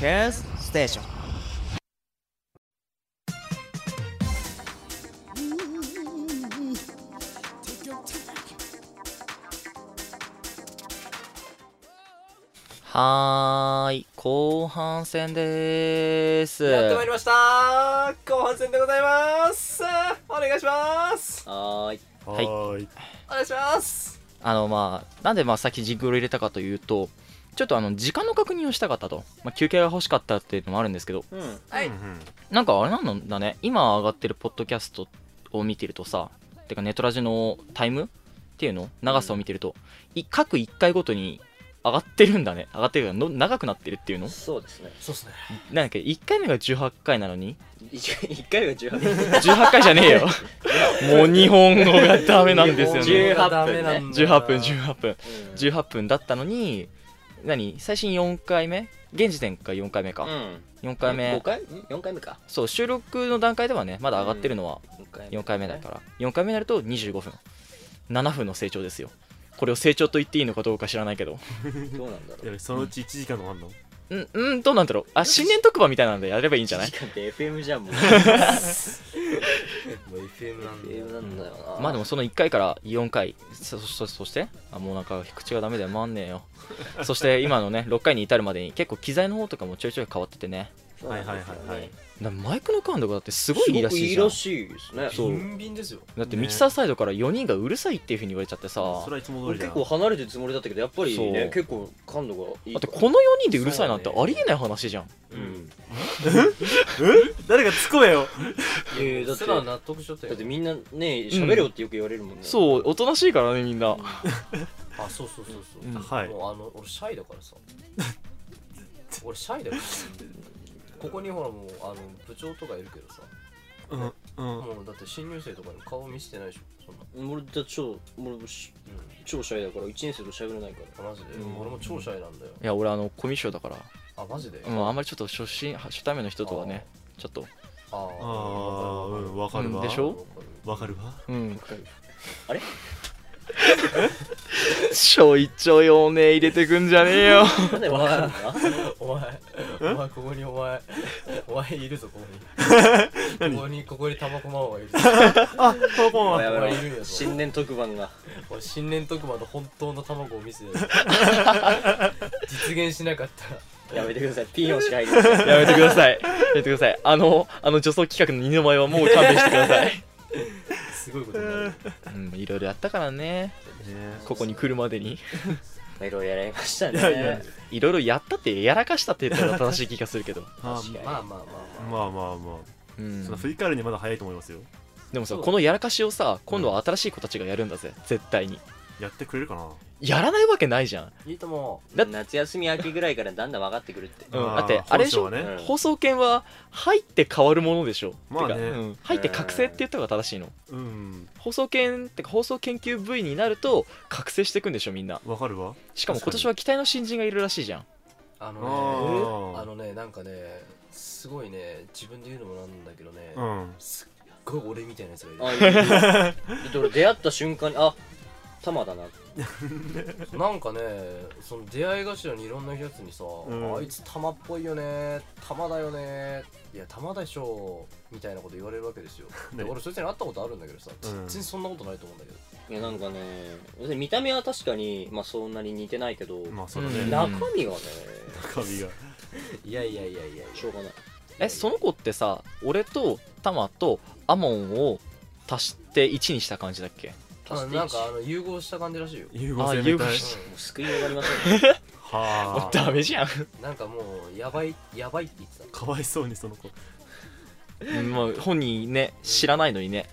[SPEAKER 1] ステーション。はーい後半戦でーす
[SPEAKER 2] やってまいりました後半戦でございますお願いします
[SPEAKER 3] はーい。
[SPEAKER 1] はい
[SPEAKER 4] はーい
[SPEAKER 2] お願いします
[SPEAKER 1] あのまあなんでまあさっきジングルを入れたかというとちょっとあの時間の確認をしたかったと、まあ、休憩が欲しかったっていうのもあるんですけど
[SPEAKER 3] うん。
[SPEAKER 2] はい
[SPEAKER 4] うんうん
[SPEAKER 1] なんかあれなんだね今上がってるポッドキャストを見てるとさてかネトラジのタイムっていうの長さを見てると、い各1回ごとに上がってるんだね上がってるからの長くなってるっていうの
[SPEAKER 3] そうですね。
[SPEAKER 2] そうっすね
[SPEAKER 1] なんだっけ1回目が18回なのに
[SPEAKER 3] 一一回が18分。
[SPEAKER 1] 18回じゃねえよ *laughs* もう日本語がダメなんですよね
[SPEAKER 3] 日本語
[SPEAKER 2] ダメなんだよな
[SPEAKER 1] 18分18分18分だったのに何最新4回目現時点か4回目
[SPEAKER 3] う
[SPEAKER 1] か、
[SPEAKER 3] ん。
[SPEAKER 1] 4回
[SPEAKER 3] 5
[SPEAKER 1] 目
[SPEAKER 3] 回 ?4 回目か。
[SPEAKER 1] そう収録の段階ではねまだ上がってるのは
[SPEAKER 3] 4回
[SPEAKER 1] 4回目だから4回目になると25分7分の成長ですよこれを成長と言っていいのかどうか知らないけど
[SPEAKER 3] どうなんだろう。
[SPEAKER 4] やべそのうち1時間とかあんの
[SPEAKER 1] うんうんどうなんだろうあ新年特番みたいなのでやればいいんじゃない
[SPEAKER 3] 時間って FM じゃ
[SPEAKER 1] *laughs*
[SPEAKER 3] ん、もう。
[SPEAKER 2] もう FM なんだよ
[SPEAKER 3] FM なんだよな。
[SPEAKER 1] まあでもその1回から4回そそそしてあもうなんか口がダメだよ回んねえよそして今のね6回に至るまでに結構機材の方とかもちょいちょい変わっててね
[SPEAKER 3] そうなんですよね、
[SPEAKER 4] はいはいはいはい
[SPEAKER 1] だマイクの感度がだってす
[SPEAKER 3] す
[SPEAKER 1] ごいいいらしいじゃん
[SPEAKER 3] しいですね。
[SPEAKER 1] そう
[SPEAKER 2] ビンビンですよ
[SPEAKER 1] だってミキサーサイドから4人がうるさいっていうふうに言われちゃってさ
[SPEAKER 4] それはいつも通
[SPEAKER 3] 俺
[SPEAKER 4] りだ
[SPEAKER 3] 結
[SPEAKER 4] な
[SPEAKER 3] 構離れてるつもりだったけど、やっぱり
[SPEAKER 1] そう
[SPEAKER 3] ね、結構感度がいい
[SPEAKER 1] だっ
[SPEAKER 3] か
[SPEAKER 1] て
[SPEAKER 3] ら。
[SPEAKER 1] この4人でうるさいなんてありえない話じゃん
[SPEAKER 3] うん。
[SPEAKER 4] 誰か突っ込めよ
[SPEAKER 2] いやいやだ
[SPEAKER 3] だ
[SPEAKER 2] っ
[SPEAKER 3] ってて
[SPEAKER 2] ら納得しちゃった
[SPEAKER 3] だ
[SPEAKER 2] よ
[SPEAKER 3] ってみんなね、喋れよってよく言われるもんね。
[SPEAKER 1] そうおとなしいからねみんな
[SPEAKER 2] あそうそうそうそう、
[SPEAKER 1] うん
[SPEAKER 4] はい
[SPEAKER 2] もうあの俺シャイだからさ俺シャイだからさここにほらもうあの部長とかいるけどさ
[SPEAKER 4] うんうん
[SPEAKER 2] もうだって新入生とかに顔見せてないでしょそんな、
[SPEAKER 3] 俺だって超、俺し超シャイだから、1年生と喋れないから。
[SPEAKER 2] うん、マジで、
[SPEAKER 4] うん
[SPEAKER 2] 俺も超シャイなんだよ
[SPEAKER 1] いや俺あのコミュ障だから
[SPEAKER 2] あマジで、
[SPEAKER 1] うんあんまりちょっと初心初対面の人とはねちょっと
[SPEAKER 2] あー
[SPEAKER 4] ああ
[SPEAKER 2] わか
[SPEAKER 4] う
[SPEAKER 2] るわ
[SPEAKER 4] ん
[SPEAKER 1] う
[SPEAKER 4] わかるわ
[SPEAKER 1] んでしょ
[SPEAKER 2] かる
[SPEAKER 4] わかるわ
[SPEAKER 1] うん
[SPEAKER 3] あれ
[SPEAKER 1] *laughs* ちょいちょいおね入れてくんじゃねえよ
[SPEAKER 3] なんでわかるんだ
[SPEAKER 2] お前お前ここにお前お前いるぞここにここにここにタバコマンはいるぞ
[SPEAKER 4] あタバコマン
[SPEAKER 3] おいやめろ
[SPEAKER 2] いるんやぞ
[SPEAKER 3] 新年特番が。
[SPEAKER 2] 俺新年特番の本当の卵を見せてやる実現しなかったら
[SPEAKER 3] やめてください。ピンをしか入りませ
[SPEAKER 1] *laughs*
[SPEAKER 3] ん。
[SPEAKER 1] やめてくださいやめてくださいあのあの女装企画の二の舞はもう勘弁してください
[SPEAKER 2] すごいことになる
[SPEAKER 1] *laughs* うんいろいろやったからね
[SPEAKER 4] ね
[SPEAKER 1] ここに来るまでに
[SPEAKER 3] まあいろいろやられましたね。
[SPEAKER 4] いやいや
[SPEAKER 1] いろいろやったってやらかしたって言ったら正しい気がするけど
[SPEAKER 4] ま
[SPEAKER 3] 確かに
[SPEAKER 2] まあまあまあま
[SPEAKER 4] あ
[SPEAKER 2] あ、
[SPEAKER 4] まあまあま
[SPEAKER 1] う
[SPEAKER 4] あ
[SPEAKER 1] ん
[SPEAKER 4] その振り返るにまだ早いと思いますよ
[SPEAKER 1] でもさ
[SPEAKER 3] そう
[SPEAKER 1] このやらかしをさ今度は新しい子たちがやるんだぜ絶対に
[SPEAKER 4] やってくれるかな
[SPEAKER 1] やらないわけないじゃん
[SPEAKER 2] いいとも
[SPEAKER 1] だ
[SPEAKER 3] 夏休み明けぐらいからだんだん分かってくるって。
[SPEAKER 1] うん
[SPEAKER 4] ー
[SPEAKER 1] だってあれでしょ
[SPEAKER 4] 本性はね
[SPEAKER 3] うん
[SPEAKER 1] 放送権は入って変わるものでしょ
[SPEAKER 4] まあね
[SPEAKER 1] てかうん入って覚醒って言った方が正しいの
[SPEAKER 4] うん
[SPEAKER 1] 放送研ってか放送研究部位になると覚醒していくんでしょみんな
[SPEAKER 4] わかるわ
[SPEAKER 1] しかも今
[SPEAKER 4] 確かに
[SPEAKER 1] 年は期待の新人がいるらしいじゃん
[SPEAKER 2] あの
[SPEAKER 4] あ
[SPEAKER 2] ね
[SPEAKER 4] ー
[SPEAKER 2] あのねなんかねすごいね自分で言うのもなんだけどね、
[SPEAKER 4] うん
[SPEAKER 2] すっごい俺みたいなやつがいる
[SPEAKER 3] あ、いいいいだって俺出会った瞬間に、あ、タマだな。
[SPEAKER 2] *laughs* なんかねその出会い頭にいろんなやつにさ、
[SPEAKER 4] ん
[SPEAKER 2] あいつ玉っぽいよね玉だよねいや玉でしょみたいなこと言われるわけです
[SPEAKER 4] *laughs*
[SPEAKER 2] よで
[SPEAKER 4] ね
[SPEAKER 2] 俺そいつに会ったことあるんだけどさ
[SPEAKER 4] うん
[SPEAKER 2] 全然そんなことないと思うんだけど、
[SPEAKER 3] いや、なんかね、別に見た目は確かに、まあそんなに似てないけど、
[SPEAKER 4] まあそうだ
[SPEAKER 1] うん
[SPEAKER 4] ね
[SPEAKER 3] 中身がね、
[SPEAKER 4] 中身が
[SPEAKER 2] いやいやいやいやいや
[SPEAKER 3] しょうがない。
[SPEAKER 1] えその子ってさ俺とタマとアモンを足して1にした感じだっけ
[SPEAKER 3] 足
[SPEAKER 2] *laughs* あ
[SPEAKER 3] して
[SPEAKER 2] なん
[SPEAKER 3] 一
[SPEAKER 2] かあの融合した感じらしいよ、
[SPEAKER 4] 融合性み
[SPEAKER 1] あー
[SPEAKER 4] たい
[SPEAKER 1] 融合
[SPEAKER 3] もう救いようがありませんね。
[SPEAKER 4] はあ
[SPEAKER 1] ダメじゃん
[SPEAKER 2] うんなんかもうやばいやばいって言ってた
[SPEAKER 4] かわいそうにその子
[SPEAKER 1] うんまあ本人ね知らないのにね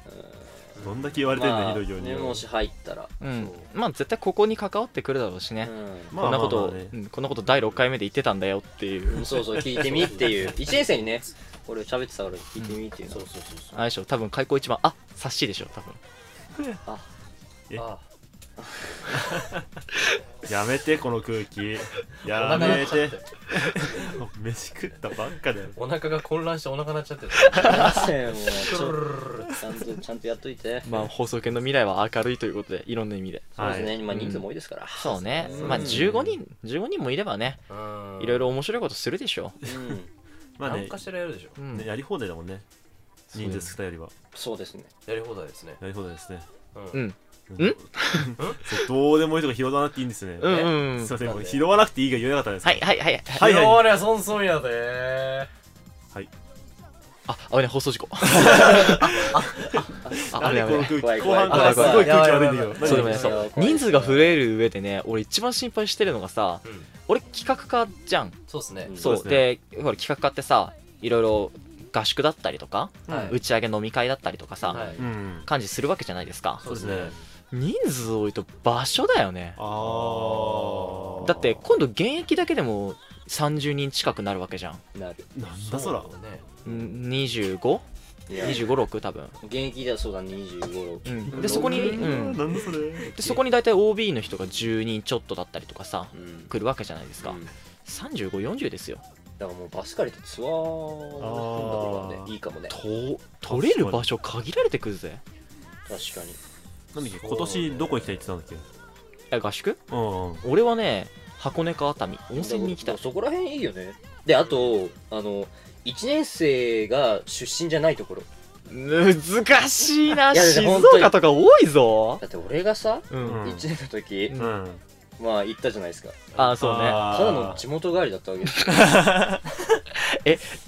[SPEAKER 4] どんだけ言われてんだ
[SPEAKER 3] まあ
[SPEAKER 4] ひどいように
[SPEAKER 3] ねもし入ったら。
[SPEAKER 1] うん
[SPEAKER 2] そう
[SPEAKER 1] まあ絶対ここに関わってくるだろうしね、
[SPEAKER 3] う。
[SPEAKER 4] ま
[SPEAKER 1] こんなことを、
[SPEAKER 4] まあまあね
[SPEAKER 1] うんこんなこと第6回目で言ってたんだよっていうん
[SPEAKER 3] そうそう、聞いてみっていう。1年生にね、俺喋ってたから聞いてみっていう
[SPEAKER 2] そ
[SPEAKER 3] の
[SPEAKER 2] う。そうそうそう
[SPEAKER 1] あれでしょ多分開口一番あ察しでしょ多分
[SPEAKER 3] あ、
[SPEAKER 4] え
[SPEAKER 2] あ
[SPEAKER 4] やめてこの空気
[SPEAKER 2] あ
[SPEAKER 4] やめ
[SPEAKER 2] て
[SPEAKER 4] て飯食ったばっかだよ
[SPEAKER 2] お腹が混乱してお腹なっちゃってる
[SPEAKER 3] すいませんもうちょちゃんと、ちゃんとやっといて。
[SPEAKER 1] まあ放送権の未来は明るいということでいろんな意味で
[SPEAKER 3] そうです
[SPEAKER 4] はい
[SPEAKER 3] ね、まあ人数も多いですから。
[SPEAKER 1] そうね
[SPEAKER 3] うん
[SPEAKER 1] まあ15人15人もいればね
[SPEAKER 2] うん
[SPEAKER 1] いろいろ面白いことするでしょ
[SPEAKER 3] うん、
[SPEAKER 4] まあ
[SPEAKER 2] 何
[SPEAKER 4] ね
[SPEAKER 2] かしらやるでしょ
[SPEAKER 1] うん
[SPEAKER 4] ねやり放題だもんね人数少ないよりは
[SPEAKER 3] そうですね。
[SPEAKER 2] やり放題ですね
[SPEAKER 4] やり放題ですね
[SPEAKER 2] う
[SPEAKER 1] う
[SPEAKER 2] ん
[SPEAKER 1] ん
[SPEAKER 4] うん *laughs* そうどうでもいいとか拾わなくていいんですね。
[SPEAKER 1] うんうんうん
[SPEAKER 4] すいません、
[SPEAKER 2] なん
[SPEAKER 4] もう
[SPEAKER 2] で
[SPEAKER 4] 拾わなくていいが言えなかったです。
[SPEAKER 1] はい。はいはい
[SPEAKER 4] はいはい
[SPEAKER 2] 俺は損損やで
[SPEAKER 1] ああぶね放送事故あああ
[SPEAKER 4] なん
[SPEAKER 1] ぶねあ
[SPEAKER 4] でこ
[SPEAKER 1] ぶね
[SPEAKER 4] の空気、
[SPEAKER 3] 怖い
[SPEAKER 4] 後
[SPEAKER 3] 怖い
[SPEAKER 4] 半からすごい空気悪いんだけど。
[SPEAKER 1] そうで
[SPEAKER 2] 怖
[SPEAKER 1] もね
[SPEAKER 2] い怖い
[SPEAKER 1] そう
[SPEAKER 3] 怖い
[SPEAKER 1] 人数が増える上でね俺一番心配してるのがさ
[SPEAKER 2] うん
[SPEAKER 1] 俺企画家じゃん
[SPEAKER 2] そうっすね
[SPEAKER 3] うん
[SPEAKER 1] そう
[SPEAKER 4] そう
[SPEAKER 1] で,、ほら企画家ってさいろいろ合宿だったりとか、
[SPEAKER 2] はい
[SPEAKER 1] 打ち上げ飲み会だったりとかさ、
[SPEAKER 2] はい
[SPEAKER 4] うん。
[SPEAKER 1] 感じするわけじゃないですか
[SPEAKER 2] そう
[SPEAKER 4] ですね
[SPEAKER 1] 人数多いと場所だよね
[SPEAKER 4] あー。
[SPEAKER 1] だって今度現役だけでも30人近くなるわけじゃん
[SPEAKER 3] なる
[SPEAKER 4] なんだそら。
[SPEAKER 2] うね
[SPEAKER 1] ん 25?25
[SPEAKER 3] いや
[SPEAKER 1] 6多分、
[SPEAKER 3] 現役ではそうだ25
[SPEAKER 1] う
[SPEAKER 3] 6
[SPEAKER 1] ん、でそこに、う
[SPEAKER 4] うん
[SPEAKER 1] ん、
[SPEAKER 4] なんだそれ。
[SPEAKER 1] でそこに大体 OB の人が10人ちょっとだったりとかさ
[SPEAKER 3] うん
[SPEAKER 1] 来るわけじゃないですか、
[SPEAKER 3] うんだ
[SPEAKER 1] 3540ですよ
[SPEAKER 3] からもうバスカリとツアーの組んだ方が
[SPEAKER 4] あー
[SPEAKER 3] ねいいかもね
[SPEAKER 1] と取れる場所限られてくるぜ
[SPEAKER 3] 確かに
[SPEAKER 4] なんだっけ、今年どこ行きたいって言ってたんだっ
[SPEAKER 1] え合宿
[SPEAKER 4] け。うんうん。
[SPEAKER 1] 俺はね箱根か熱海温泉に行きたい
[SPEAKER 3] そこら辺いいよねであとあの1年生が出身じゃないところ
[SPEAKER 1] 難しいない
[SPEAKER 3] やいや
[SPEAKER 1] 静
[SPEAKER 3] 本当に
[SPEAKER 1] 岡とか多いぞ
[SPEAKER 3] だって俺がさ
[SPEAKER 1] うん
[SPEAKER 4] うん
[SPEAKER 3] 1年の時
[SPEAKER 1] う、ん
[SPEAKER 4] うん。
[SPEAKER 3] まあ行ったじゃないですか
[SPEAKER 1] ああそうね
[SPEAKER 4] あー
[SPEAKER 3] ただの地元帰りだったわけですよ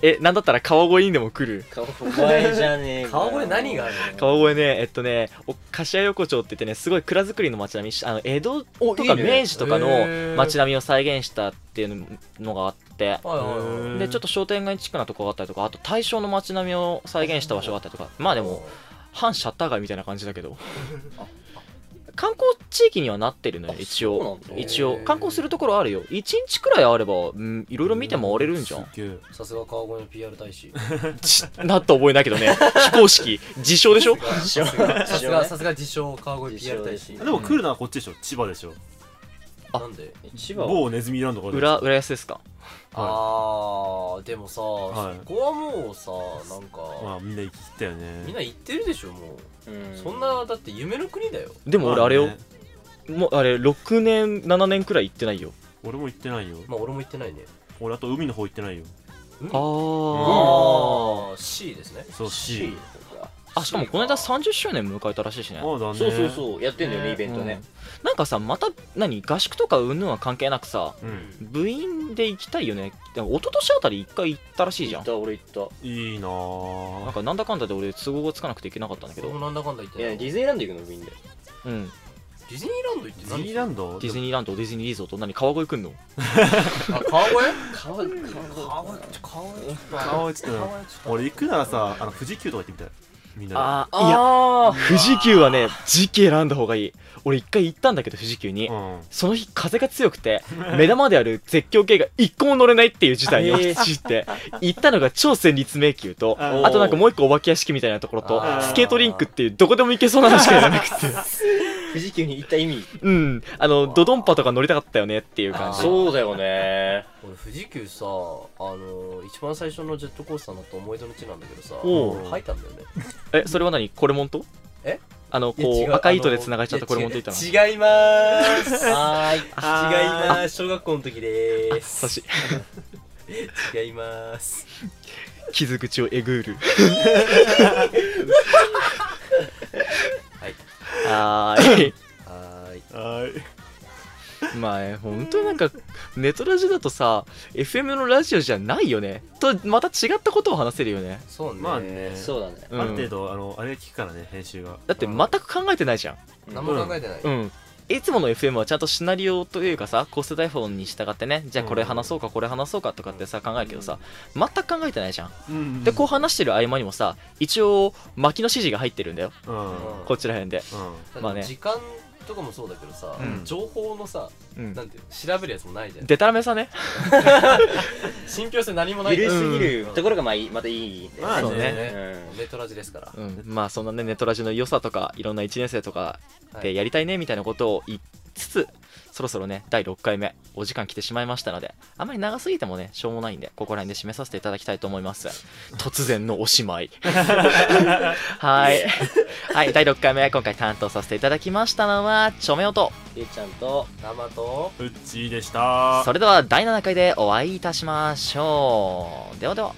[SPEAKER 1] えなんだったら川越にでも来る
[SPEAKER 3] お前じ
[SPEAKER 1] *laughs*
[SPEAKER 3] ゃねえかよ
[SPEAKER 2] 川越何があるの
[SPEAKER 1] 川越ねえっとねお柏横町って言ってねすごい蔵造りの町並みしあの江戸と
[SPEAKER 3] い
[SPEAKER 1] か
[SPEAKER 3] いね
[SPEAKER 1] 明治とか
[SPEAKER 2] へ
[SPEAKER 1] の
[SPEAKER 2] ー
[SPEAKER 1] 町並みを再現したっていうのがあって
[SPEAKER 2] はいはいはい
[SPEAKER 4] へー
[SPEAKER 1] でちょっと商店街地区なとこがあったりとかあと大正の町並みを再現した場所があったりとかまあでも反シャッター街みたいな感じだけど観光地域にはなってるのよ
[SPEAKER 3] あ
[SPEAKER 1] 一
[SPEAKER 3] そう
[SPEAKER 1] 応
[SPEAKER 3] なんだ
[SPEAKER 1] 一応観光するところあるよ1日くらいあればうんいろいろ見て回れるんじゃん
[SPEAKER 4] すっげえ
[SPEAKER 2] さすが川越の PR 大
[SPEAKER 4] *laughs*
[SPEAKER 2] 使
[SPEAKER 1] ち *laughs* なった覚えないけどね非公式自称でしょ
[SPEAKER 3] 自称
[SPEAKER 2] さ
[SPEAKER 3] 自
[SPEAKER 2] す
[SPEAKER 3] 称
[SPEAKER 2] が
[SPEAKER 3] ね
[SPEAKER 2] さすが自称川越 PR 大使
[SPEAKER 3] 自
[SPEAKER 4] あでも来るのはこっちでしょ千葉でしょ
[SPEAKER 1] あ
[SPEAKER 2] なんで
[SPEAKER 3] 千葉は
[SPEAKER 4] 某ネズミランドからでしょ
[SPEAKER 1] 裏裏安ですか
[SPEAKER 2] あーでもさ、
[SPEAKER 4] はい
[SPEAKER 2] そこはもうさなんか、
[SPEAKER 4] まあみんな行きたよね
[SPEAKER 2] みんな行ってるでしょもう、
[SPEAKER 3] そ
[SPEAKER 2] そんなだって夢の国だよ
[SPEAKER 1] でも俺あれを
[SPEAKER 4] まね
[SPEAKER 1] もうあれ6年7年くらい行ってないよ
[SPEAKER 4] 俺も行ってないよ
[SPEAKER 2] まあ俺も行ってないね
[SPEAKER 4] 俺あと海の方行ってないよ
[SPEAKER 2] 海
[SPEAKER 1] あ
[SPEAKER 2] あ
[SPEAKER 1] ー
[SPEAKER 2] あ C ですね
[SPEAKER 4] そうし
[SPEAKER 1] あしかもこの間30周年迎えたらしいしね
[SPEAKER 4] まあだね
[SPEAKER 3] そうそうそうやってんだよねイベント
[SPEAKER 1] う
[SPEAKER 3] ね
[SPEAKER 1] んなんかさまた何合宿とかうんぬんは関係なくさ
[SPEAKER 4] う
[SPEAKER 2] うん
[SPEAKER 1] 部員で行きたいよねでも一昨年あたり一回行ったらしいじゃ
[SPEAKER 3] 行っ
[SPEAKER 1] ん
[SPEAKER 3] た俺行っ
[SPEAKER 4] いいな
[SPEAKER 1] なん
[SPEAKER 4] ぁ
[SPEAKER 1] かなんだかんだで俺都合がつかなくて行けなかったんだけ
[SPEAKER 2] 俺も
[SPEAKER 1] ど
[SPEAKER 2] なんだかんだ言ったて
[SPEAKER 3] い
[SPEAKER 2] な
[SPEAKER 3] や
[SPEAKER 2] い
[SPEAKER 3] デ
[SPEAKER 2] ディ
[SPEAKER 3] ィズニーランド行くのみんな
[SPEAKER 1] うん
[SPEAKER 2] ズニーランド行っ
[SPEAKER 4] デ
[SPEAKER 2] て
[SPEAKER 4] ィズニ
[SPEAKER 2] 何
[SPEAKER 4] ーランド
[SPEAKER 1] ディズニーランドディズニーリゾート何川越来んの
[SPEAKER 2] あ川越
[SPEAKER 3] 川
[SPEAKER 2] 川
[SPEAKER 3] 川
[SPEAKER 2] 越川越
[SPEAKER 4] 川越ってな
[SPEAKER 2] 川越
[SPEAKER 4] 俺行くならさあの富士急とか行ってみたいみんな
[SPEAKER 1] あーいや
[SPEAKER 3] あー
[SPEAKER 1] 富士急はね時期選んだ方がいい俺一回行ったんだけど富士急に
[SPEAKER 4] でうん
[SPEAKER 1] その日風が強くて目玉である絶叫系が一個も乗れないっていう事態に陥って行ったのが超戦律迷宮と
[SPEAKER 4] あー
[SPEAKER 1] あとなんかもう一個お化け屋敷みたいなところと
[SPEAKER 2] あ
[SPEAKER 4] ー
[SPEAKER 1] スケートリンクっていうどこでも行けそうなのしかやらなくて
[SPEAKER 3] 富士急に行った意味
[SPEAKER 1] うんあのドドンパとか乗りたかったよねっていう感じ
[SPEAKER 3] そうだよね
[SPEAKER 2] 俺富士急さあの一番最初のジェットコースターだと思い出の地なんだけどさ
[SPEAKER 1] お
[SPEAKER 4] う
[SPEAKER 2] 吐いたんだよね
[SPEAKER 1] えそれは何コレモンと
[SPEAKER 2] え
[SPEAKER 1] あの
[SPEAKER 2] いや
[SPEAKER 1] こ
[SPEAKER 2] 違
[SPEAKER 1] う赤い糸で繋がっちゃったコレモンといったの
[SPEAKER 2] いや違う違いまーすはーい違い
[SPEAKER 4] あ
[SPEAKER 2] まーす小学校の時でーす
[SPEAKER 1] 差し
[SPEAKER 2] 違いまーす
[SPEAKER 1] 傷口をえぐる
[SPEAKER 2] はい
[SPEAKER 1] はーい
[SPEAKER 2] はーい
[SPEAKER 4] はい
[SPEAKER 1] まあね本当になんかネトラジだとさ FM のラジオじゃないよねとまた違ったことを話せるよね、
[SPEAKER 2] そうね
[SPEAKER 4] まあね
[SPEAKER 3] そうだね
[SPEAKER 1] うん
[SPEAKER 4] ある程度あのあれが聞くからね編集が
[SPEAKER 1] だって全く考えてないじゃん
[SPEAKER 2] 何も考えてない、
[SPEAKER 1] うんいつもの FM はちゃんとシナリオというかさ構成台本に従ってねじゃあこれ話そうかこれ話そうかとかってさ考えるけどさ全く考えてないじゃん
[SPEAKER 4] うん
[SPEAKER 1] でこう話してる合間にもさ一応巻きの指示が入ってるんだよ
[SPEAKER 4] うんうん
[SPEAKER 1] こっちら辺で
[SPEAKER 2] だって
[SPEAKER 1] まあね
[SPEAKER 2] 時間とかもそうだけどさ、
[SPEAKER 4] うん
[SPEAKER 2] 情報のさ、
[SPEAKER 1] うん
[SPEAKER 2] なんていうの調べるやつもないじゃん
[SPEAKER 1] でたらめさね
[SPEAKER 2] 信憑性何もない
[SPEAKER 3] 緩すぎる
[SPEAKER 2] うん
[SPEAKER 3] ところがまあいいまたいいんだよ
[SPEAKER 4] まあ
[SPEAKER 1] そうね
[SPEAKER 3] う
[SPEAKER 2] ね
[SPEAKER 3] ん
[SPEAKER 2] ネトラジですから、
[SPEAKER 1] うん、まあそんなねネトラジの良さとかいろんな1年生とか
[SPEAKER 2] はい
[SPEAKER 1] でやりたいねみたいなことを言いつつ、そろそろね第6回目お時間来てしまいましたのであまり長すぎてもねしょうもないんでここら辺で締めさせていただきたいと思います突然のおしまいはいはい第6回目今回担当させていただきましたのはチョメオと
[SPEAKER 3] ゆうちゃんと
[SPEAKER 2] 生と
[SPEAKER 4] うっちーでした
[SPEAKER 1] それでは第7回でお会いいたしましょうではでは